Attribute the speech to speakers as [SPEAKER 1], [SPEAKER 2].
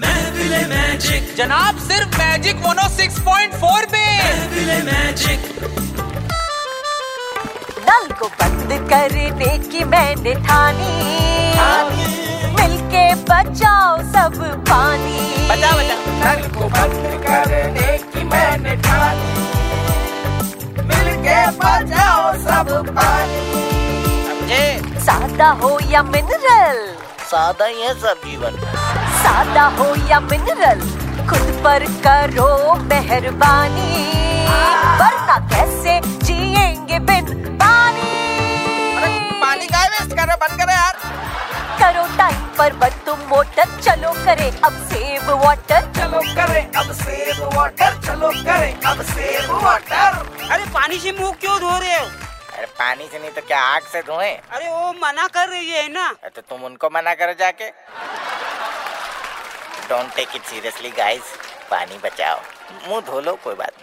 [SPEAKER 1] महफिल मैजिक
[SPEAKER 2] जनाब सिर्फ मैजिक oh मोनो 6.4 पे
[SPEAKER 1] महफिल मैजिक
[SPEAKER 3] नल को बंद करने की मैंने ठानी मिलके बचाओ सब पानी
[SPEAKER 2] बचा बचा
[SPEAKER 4] नल को बंद करने की मैंने ठानी मिलके बचाओ सब पानी
[SPEAKER 2] समझे
[SPEAKER 3] सादा हो या मिनरल
[SPEAKER 4] सादा ही है सब जीवन
[SPEAKER 3] सादा हो या मिनरल खुद पर करो मेहरबानी
[SPEAKER 2] हाँ।
[SPEAKER 3] वरना कैसे जिएंगे बिन पानी
[SPEAKER 2] पानी का वेस्ट कर रहे हो? बंद करो यार
[SPEAKER 3] करो टाइम पर बंद तुम मोटर चलो करे अब सेव वाटर
[SPEAKER 4] चलो करें अब सेब वाटर चलो करें अब सेब वाटर
[SPEAKER 5] अरे पानी से मुंह क्यों धो रहे हो
[SPEAKER 4] अरे पानी से नहीं तो क्या आग से धोएं
[SPEAKER 5] अरे वो मना कर रही है ना
[SPEAKER 4] तो तुम उनको मना करो जाके don't take it seriously guys पानी बचाओ मुंह धो लो कोई बात नहीं